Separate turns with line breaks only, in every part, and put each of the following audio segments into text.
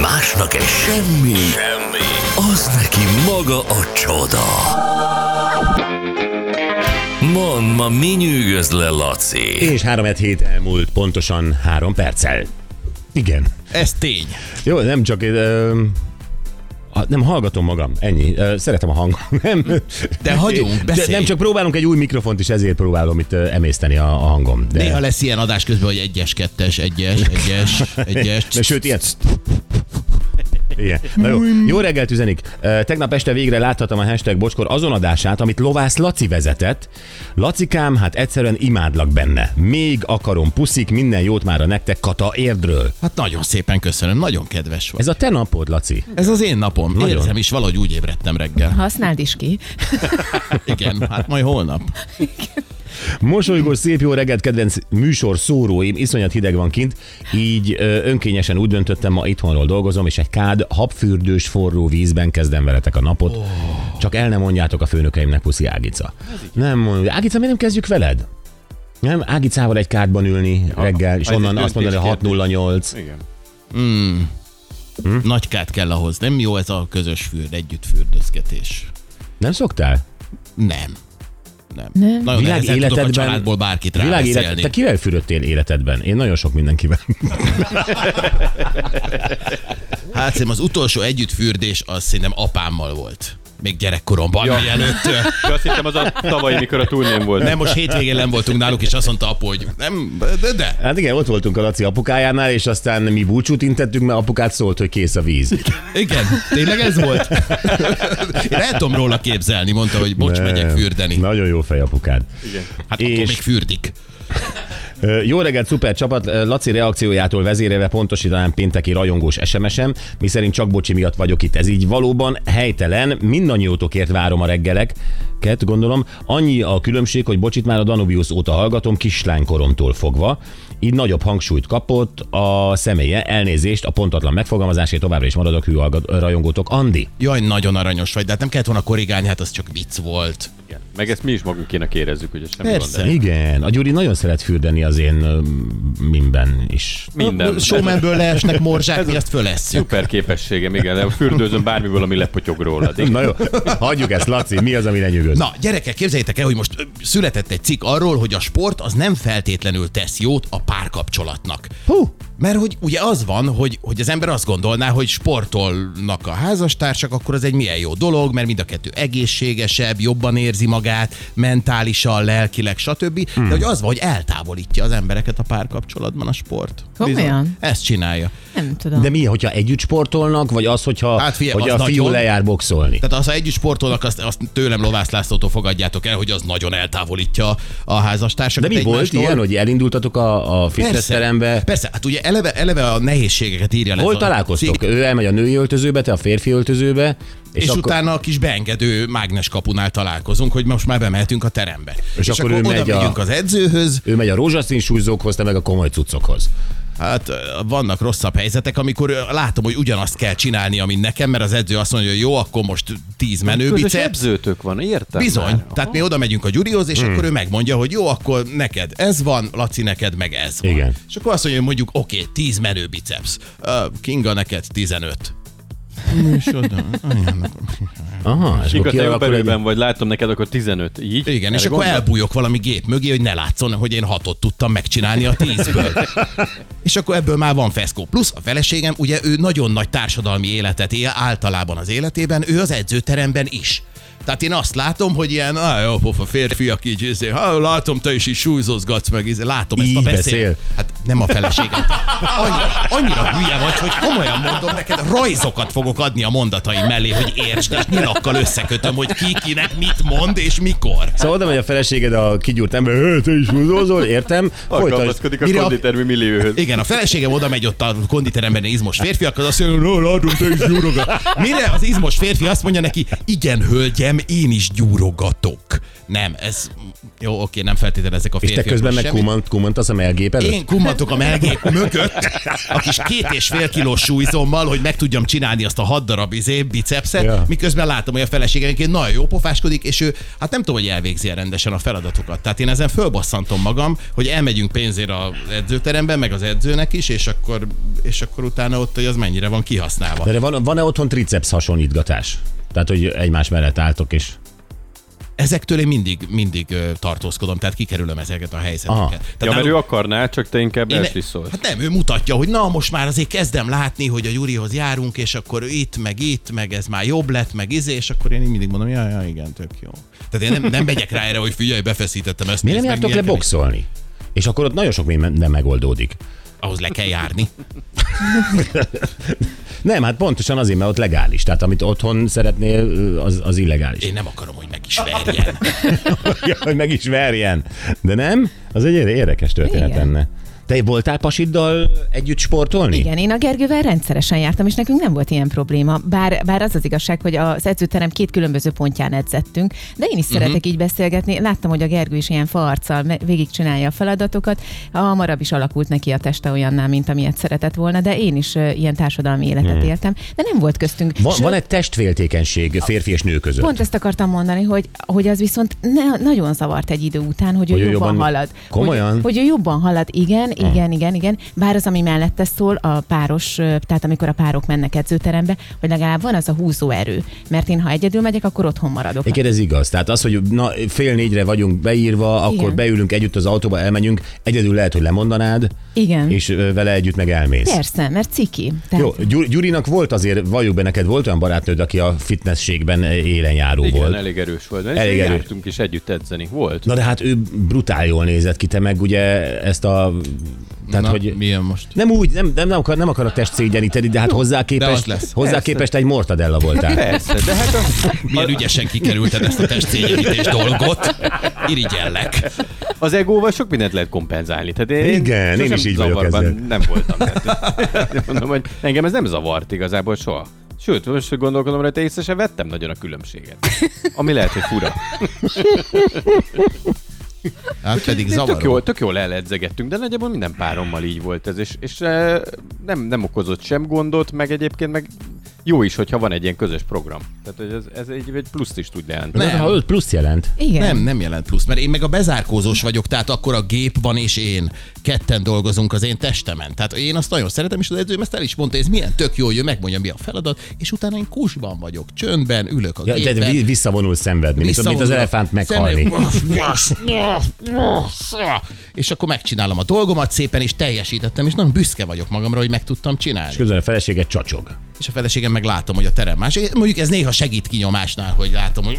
Másnak egy semmi, semmi, az neki maga a csoda. Mond, ma mi nyűgöz le, Laci?
És 3 hét elmúlt pontosan 3 perccel. Igen.
Ez tény.
Jó, nem csak... Ö, ha- nem hallgatom magam, ennyi. Ö, Szeretem a hangom. Nem.
De hagyunk,
De
beszélj.
nem csak próbálunk egy új mikrofont is, ezért próbálom itt ö, emészteni a, a hangom. De...
Néha lesz ilyen adás közben, hogy egyes, kettes, egyes, egyes, egyes.
De sőt, ilyen... Igen. Na jó.
Mm.
jó reggelt üzenik. Ö, Tegnap este végre láthattam a hashtag bocskor azon adását, amit Lovász Laci vezetett. Lacikám, hát egyszerűen imádlak benne. Még akarom puszik, minden jót már a nektek Kata érdről.
Hát nagyon szépen köszönöm, nagyon kedves vagy.
Ez a te napod, Laci.
Ez az én napom. Nagyon. Érzem is, valahogy úgy ébredtem reggel.
Használd is ki.
Igen, hát majd holnap.
Mosolygós, szép jó reggelt, kedvenc műsor szóróim, iszonyat hideg van kint, így ö, önkényesen úgy döntöttem, ma itthonról dolgozom, és egy kád habfürdős forró vízben kezdem veletek a napot. Oh. Csak el nem mondjátok a főnökeimnek, puszi Ágica. Nem mondja. Ágica, miért nem kezdjük veled? Nem, Ágicával egy kádban ülni reggel, és
ez egy
onnan azt mondani, hogy
döntéskérdés.
608.
Igen.
Hm?
Nagykát kell ahhoz. Nem jó ez a közös fürd, együtt fürdőzgetés.
Nem szoktál?
Nem. Nem.
Nem.
Nagyon
Világ
nehezen tudok a
életedben-
családból bárkit
Világ élet,
rábeszélni.
te kivel fürödtél életedben? Én nagyon sok mindenkivel.
Hát szerintem az utolsó együttfürdés az szerintem apámmal volt. Még gyerekkoromban, ja. mielőtt. ö,
De azt hittem az a tavaly, mikor a turnén volt.
Nem, most hétvégén nem voltunk náluk, és azt mondta apu, hogy nem, de, de.
Hát igen, ott voltunk a Laci apukájánál, és aztán mi búcsút intettünk, mert apukát szólt, hogy kész a víz.
Igen, tényleg ez volt? Én el tudom róla képzelni, mondta, hogy bocs,
Nem.
megyek fürdeni.
Nagyon jó fej apukád.
Hát és... attól
és-
még fürdik.
Ö, Jó reggelt, szuper csapat. Ö, Laci reakciójától vezérelve pontosítanám pénteki rajongós SMS-em, miszerint csak bocsi miatt vagyok itt. Ez így valóban helytelen, mindannyiótokért várom a reggeleket, gondolom. Annyi a különbség, hogy bocsit már a Danubius óta hallgatom, kislánykoromtól fogva. Így nagyobb hangsúlyt kapott a személye, elnézést, a pontatlan megfogalmazásért továbbra is maradok hű hallgat- rajongótok. Andi,
Jaj, nagyon aranyos vagy, de hát nem kellett volna korrigálni, hát az csak vicc volt.
Igen. Meg ezt mi is magunkének érezzük, hogy ez semmi
Persze.
gond.
igen, a Gyuri nagyon szeret fürdeni az én ö, minden is.
Minden.
Showmanből leesnek morzsák, mi azt fölesszük.
Szuper képességem, igen, de fürdőzöm bármiből, ami lepotyog rólad.
Na jó, hagyjuk ezt, Laci, mi az, ami lenyűgöz?
Na, gyerekek, képzeljétek el, hogy most ö, született egy cikk arról, hogy a sport az nem feltétlenül tesz jót a párkapcsolatnak.
Hú,
Mert hogy ugye az van, hogy, hogy az ember azt gondolná, hogy sportolnak a házastársak, akkor az egy milyen jó dolog, mert mind a kettő egészségesebb, jobban érzi magát, mentálisan, lelkileg, stb. Hmm. De hogy az van, hogy eltávolítja az embereket a párkapcsolatban a sport.
Komolyan?
Bizony. Ezt csinálja.
Nem tudom.
De mi, hogyha együtt sportolnak, vagy az, hogyha
Hát figyelj,
hogy
az
a fiú
nagyon-
lejár boxolni?
Tehát az, ha együtt sportolnak, azt, azt tőlem Lovász Lászlótól fogadjátok el, hogy az nagyon eltávolítja
De
a házastársakat.
mi volt
egymástól.
ilyen, hogy elindultatok a, a fitnessterembe?
Persze, hát ugye eleve, eleve a nehézségeket írja le. ez
Hol
a
találkoztok?
cikk.
Ő elmegy a női öltözőbe, te a férfi öltözőbe, és,
És, és
akkor,
utána a kis beengedő mágnes kapunál találkozunk, hogy most már bemehetünk a terembe. És,
akkor ő megy a-
oda megyünk az edzőhöz.
ő megy a rózsaszín súlyzókhoz, te meg a komoly cuccokhoz.
Hát ö, vannak rosszabb helyzetek, amikor ö, látom, hogy ugyanazt kell csinálni, amit nekem, mert az edző azt mondja, hogy jó, akkor most 10 menő
Közös
biceps.
edzőtök van, értem
Bizony.
Már.
Tehát mi oda megyünk a Gyurihoz, és hmm. akkor ő megmondja, hogy jó, akkor neked ez van, Laci, neked meg ez van.
Igen.
És akkor azt mondja, hogy mondjuk, oké, okay, 10 menő biceps. Uh, Kinga, neked 15. És oda,
Aha, és akkor
Igaz, te jobb
kialakul egy...
erőben vagy, látom neked, akkor 15, így?
Igen, és
Erre
akkor
gondolsz?
elbújok valami gép mögé, hogy ne látszon, hogy én hatot tudtam megcsinálni a tízből. és akkor ebből már van feszkó. Plusz a feleségem, ugye ő nagyon nagy társadalmi életet él általában az életében, ő az edzőteremben is. Tehát én azt látom, hogy ilyen, ah, jó, pofa, férfiak így, izé, ha, látom, te is így súlyzozgatsz meg, izé, látom ezt a
Így
beszél.
beszél.
Hát nem a feleségem. Annyira, annyira hülye vagy, hogy komolyan mondom, neked rajzokat fogok adni a mondataim mellé, hogy értsd, és nyilakkal összekötöm, hogy ki kinek mit mond és mikor.
Szóval oda megy a feleséged a kigyúrt ember, "Hé, te is húzózol, értem? Folytasd.
Alkalmazkodik a
Mire a-
konditermi millióhöz.
Igen, a feleségem oda megy ott a konditeremben izmos férfiak, az azt mondja, hogy látom, te is gyúrogat. Mire az izmos férfi azt mondja neki, igen, hölgyem, hanem én is gyúrogatok. Nem, ez... Jó, oké, nem feltételezek a
És
férfiak.
te közben meg
semmit.
kumant, kumantasz a melgép előtt?
Én kummatok a melgép mögött, a kis két és fél kilós súlyzommal, hogy meg tudjam csinálni azt a hat darab izé, bicepset,
Ja.
ja. miközben látom, hogy a feleségemként nagyon jó pofáskodik, és ő hát nem tudom, hogy elvégzi el rendesen a feladatokat. Tehát én ezen fölbasszantom magam, hogy elmegyünk pénzért az edzőterembe, meg az edzőnek is, és akkor, és akkor utána ott, hogy az mennyire van kihasználva.
De erre van, van-e otthon triceps hasonlítgatás? Tehát, hogy egymás mellett álltok és...
Ezektől én mindig, mindig ö, tartózkodom, tehát kikerülöm ezeket a helyzeteket.
Aha.
Tehát
Ja, mert
nálunk-
ő akarná, csak te inkább
Én-
elslisszolsz.
Hát nem, ő mutatja, hogy na, most már azért kezdem látni, hogy a Gyurihoz járunk, és akkor itt, meg itt, meg ez már jobb lett, meg izé, és akkor én így mindig mondom, ja, ja, igen, tök jó. Tehát én nem, nem megyek rá erre, hogy figyelj, befeszítettem ezt.
Miért nem
nézd meg,
jártok le
milyen kemény.
boxolni? És akkor ott nagyon sok minden nem megoldódik.
Ahhoz le kell járni.
Nem, hát pontosan azért, mert ott legális. Tehát amit otthon szeretnél, az, az illegális.
Én nem akarom, hogy meg is verjen.
Ja, hogy meg is verjen. De nem? Az egy érdekes történet Igen.
Igen.
lenne. Te voltál pasiddal együtt sportolni?
Igen, én a Gergővel rendszeresen jártam, és nekünk nem volt ilyen probléma. Bár, bár az az igazság, hogy az edzőterem két különböző pontján edzettünk, de én is
Mhm.
szeretek így beszélgetni. Láttam, hogy a Gergő is ilyen farccal me- végigcsinálja a feladatokat. Hamarabb is alakult neki a teste olyanná, mint amilyet szeretett volna, de én is ö, ilyen társadalmi életet éltem. De nem volt köztünk.
Mhm. Van,
Sőt,
van egy testvéltékenység férfi és nő között?
Pont ezt akartam mondani, hogy, hogy az viszont ne, nagyon zavart egy idő után, hogy ő,
Hogy ő
jobban,
jobban-
halad.
Komolyan? Eh.
Hogy, hogy ő jobban halad, igen, igen, igen, igen. Bár az, ami mellette szól, a páros, ö, tehát amikor a párok mennek edzőterembe, hogy legalább van az a húzó erő. Mert én, ha egyedül megyek, akkor otthon maradok.
Egyébként ez igaz. Tehát az, hogy na, fél négyre vagyunk beírva, akkor Igen.
Igen.
beülünk együtt az autóba, elmegyünk, egyedül lehet, hogy lemondanád,
Igen.
és ö, vele együtt meg elmész.
Persze, mert ciki. Tehát,
Jó, Gyur- Gyurinak volt azért, valljuk be neked, volt olyan barátnőd, aki a fitnessségben élen járó
Igen,
volt.
elég erős volt.
Elég
Elég
erős.
jártunk is együtt edzeni. Volt.
Na de hát ő brutál jól nézett ki, te meg ugye ezt a... Tehát,
Na,
hogy
milyen most?
nem úgy, nem, nem, nem, akar, nem akar a test szégyeníteni, de hát hozzá képest,
lesz.
hozzá képest egy mortadella voltál.
Persze, de hát az,
Milyen ügyesen kikerülted ezt a testszégyenítés dolgot. Irigyellek.
az egóval sok mindent lehet kompenzálni. Tehát én,
Igen, én
sosem
is így vagyok
zavarban
ezzel.
Nem voltam. Tehát, mondom, hogy engem ez nem zavart igazából soha. Sőt, most hogy gondolkodom rajta, észre sem vettem nagyon a különbséget. Ami lehet, hogy fura.
Hát pedig
Tök
zavaró.
jól, tök jól eledzegettünk, de nagyjából minden párommal így volt ez, és, és eh, nem, nem okozott sem gondot, meg egyébként meg jó is, hogyha van egy ilyen közös program. Tehát hogy ez, ez egy, egy pluszt is tud jelenteni.
Nem. Ha öt plusz jelent.
igen.
Nem, nem jelent plusz, mert én meg a bezárkózós vagyok, tehát akkor a gép van és én. Ketten dolgozunk az én testemen. Tehát én azt nagyon szeretem, és az edzőm ezt el is mondta, ez milyen tök jó, hogy ő megmondja, mi a feladat, és utána én kusban vagyok, csöndben ülök a
Ja,
gépen.
tehát vi- visszavonul szenvedni, mint, mint az
Visszavonulok.
elefánt meghalni.
Személy- És akkor megcsinálom a dolgomat szépen, és teljesítettem, és nagyon büszke vagyok magamra, hogy meg tudtam csinálni.
És közben a feleséget csacsog.
És a feleségem meg látom, hogy a terem más. Mondjuk ez néha segít kinyomásnál, hogy látom, hogy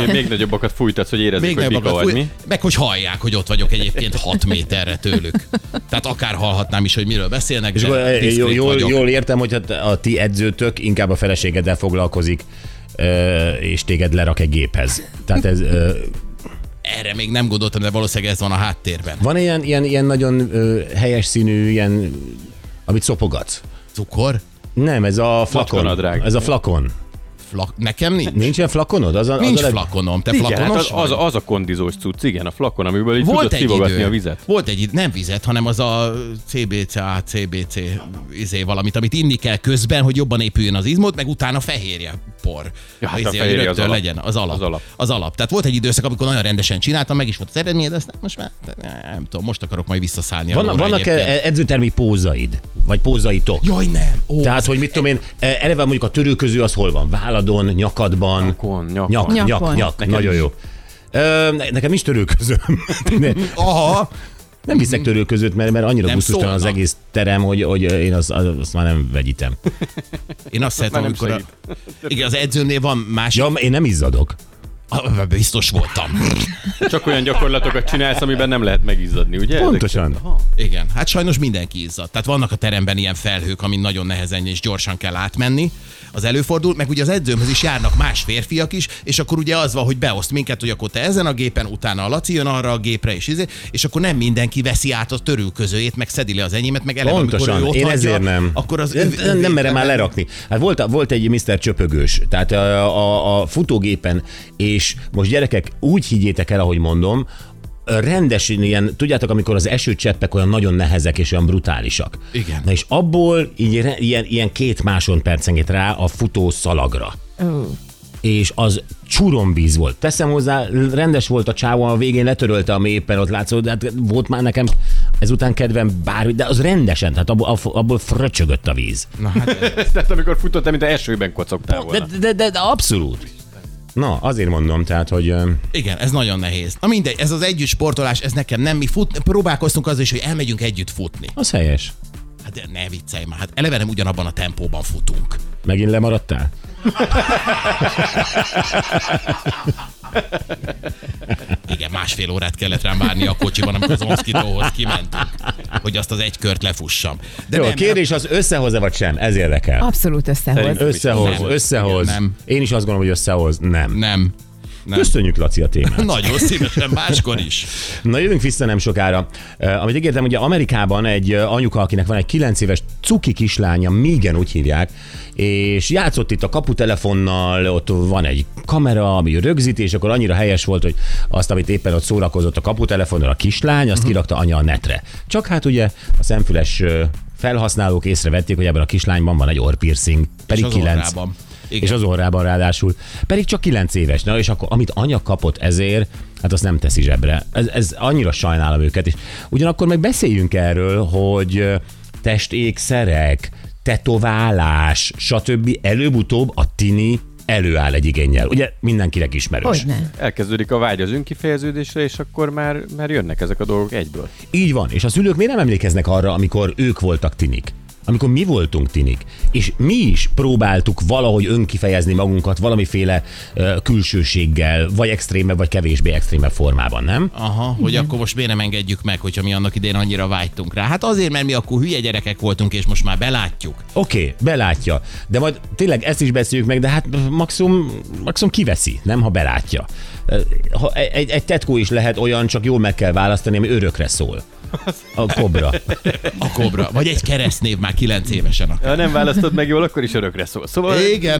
Én még nagyobbakat fújtatsz, hogy érezzük,
Még
hogy
nem
mika
magad,
vagy
fúj,
mi.
meg hogy hallják, hogy ott vagyok egyébként 6 méterre tőlük. Tehát akár hallhatnám is, hogy miről beszélnek,
És
de
akkor eh,
diszkrét
jól, jól,
vagyok.
jól értem, hogy hát a ti edzőtök inkább a feleségeddel foglalkozik, ö, és téged lerak egy géphez. Tehát ez, eh, ö,
Erre még nem gondoltam, de valószínűleg ez van a háttérben.
van ilyen, ilyen, ilyen nagyon ö, helyes színű, ilyen, amit szopogatsz?
Cukor?
Nem, ez a flakon.
Macska-nadrág.
Ez a flakon.
Flak... Nekem nincs.
Nincs ilyen flakonod? Az a,
Nincs
az a leg-
flakonom. Te
Igen, hát
flakonos
az, az,
vagy?
az a kondizós cucc, igen, a flakon, amiből így
Volt
tudod
egy
szivogatni
idő.
a vizet.
Volt egy idő, nem vizet, hanem az a CBCA, CBC izé valamit, amit inni kell közben, hogy jobban épüljön az izmod, meg utána fehérje por.
Ja, hát a
Izé, hogy
fehérje az
rögtön
alap.
legyen, az alap.
Az alap.
az alap. Tehát volt egy időszak, amikor nagyon rendesen csináltam, meg is volt az eredmény, de ezt nem- most már nem tudom, most akarok majd visszaszállni.
Van,
alulra
vannak
egyébként.
e- edzőtermi pózaid? Vagy pózaitok?
Jaj, nem! Ó,
Tehát, hogy mit tudom én, eh, eleve mondjuk a törőköző az hol van? Váladon, nyakadban?
Nyakon, nyakon.
Nyak, nyak, nyak,
Nyakon.
nyak. nagyon jó. Ö, ne- nekem is törőközöm. Ne-
Aha!
Nem viszek törőközőt, mert, mert annyira
Nem
gusztustalan az
szólnak.
egész terem, hogy, hogy én azt, azt már nem vegyítem.
Én azt szeretem,
nem
amikor a... Igen, az edzőnél van más
Ja, én nem izzadok.
Ah, Biztos voltam.
Csak olyan gyakorlatokat csinálsz, amiben nem lehet megizzadni, ugye?
Pontosan.
Igen, hát sajnos mindenki izzad. Tehát vannak a teremben ilyen felhők, amin nagyon nehezen és gyorsan kell átmenni. Az előfordul, meg ugye az edzőmhöz is járnak más férfiak is, és akkor ugye az van, hogy beoszt minket, hogy akkor te ezen a gépen, utána a Laci jön arra a gépre, és, izé, és akkor nem mindenki veszi át a törülközőjét, meg szedi le az enyémet, meg eleve,
Pontosan,
amikor ő ott
én
hagyja,
ezért nem.
Akkor az
nem,
övé-
nem, nem
övé-
merem már lerakni. Hát volt, volt egy Mr. Csöpögős, tehát a, a, a futógépen, és most gyerekek, úgy higgyétek el, ahogy mondom, rendes ilyen, tudjátok, amikor az esőcseppek olyan nagyon nehezek és olyan brutálisak.
Igen.
Na és abból így, re- ilyen, ilyen két másodpercenként rá a futó szalagra és az csuromvíz volt. Teszem hozzá, rendes volt a csávó, a végén letörölte, ami éppen ott látszott, de hát volt már nekem ezután kedvem bármi, de az rendesen, tehát abból, abból fröcsögött a víz.
Na, hát,
Tehát amikor futottam, mint a esőben kocogtál
De,
volna.
de, de, de abszolút. Na, azért mondom, tehát, hogy ö,
igen, ez nagyon nehéz. Na mindegy, ez az együtt sportolás, ez nekem nem mi fut, próbálkoztunk az is, hogy elmegyünk együtt futni.
az helyes.
Hát de ne viccelj már, hát eleve nem ugyanabban a tempóban futunk.
Megint lemaradtál?
Igen, másfél órát kellett rám várni a kocsiban, amikor az Onszkitóhoz kimentünk, hogy azt az egy kört lefussam. De
Jó, a
nem,
kérdés az összehozza vagy sem, ez érdekel.
Abszolút összehoz.
Összehoz,
Nem.
összehoz.
Nem.
Én is azt gondolom, hogy összehoz. Nem.
nem. nem.
Köszönjük, Laci, a témát.
Nagyon szívesen, máskor is.
Na jövünk vissza nem sokára. Uh, amit ígértem, ugye Amerikában egy uh, anyuka, akinek van egy 9 éves cuki kislánya, Migen úgy hívják, és játszott itt a kaputelefonnal, ott van egy kamera, ami rögzít, és akkor annyira helyes volt, hogy azt, amit éppen ott szórakozott a kaputelefonnal a kislány,
Mhm.
azt kirakta anya a netre. Csak hát ugye a szemfüles uh, felhasználók észrevették, hogy ebben a kislányban van egy orrpiercing, pedig
az
9.
orrában. Igen.
És az orrában ráadásul. Pedig csak 9 éves. Na és akkor amit anya kapott ezért, hát azt nem teszi zsebre. Ez, ez annyira sajnálom őket is. Ugyanakkor meg beszéljünk erről, hogy ö, testékszerek, tetoválás, stb. előbb-utóbb a tini előáll egy igényel. Ugye mindenkinek ismerős.
Hogyne.
Elkezdődik a vágy az önkifejeződésre, és akkor már, már jönnek ezek a dolgok egyből.
Így van, és a szülők miért nem emlékeznek arra, amikor ők voltak tinik? Amikor mi voltunk tinik, és mi is próbáltuk valahogy önkifejezni magunkat valamiféle ö, külsőséggel, vagy extréme, vagy kevésbé extréme formában, nem?
Aha, hogy akkor most miért nem engedjük meg, hogyha mi annak idén annyira vágytunk rá. Hát azért, mert mi akkor hülye gyerekek voltunk, és most már belátjuk.
Oké, okay, belátja, de majd tényleg ezt is beszéljük meg, de hát maximum, maximum kiveszi, nem, ha belátja. Ö, Ha e, egy, egy tetkó is lehet olyan, csak jól meg kell választani, ami örökre szól. A kobra.
A kobra. Vagy egy keresztnév már kilenc évesen akár.
Ha nem választod meg jól, akkor is örökre szól. Szóval
Igen.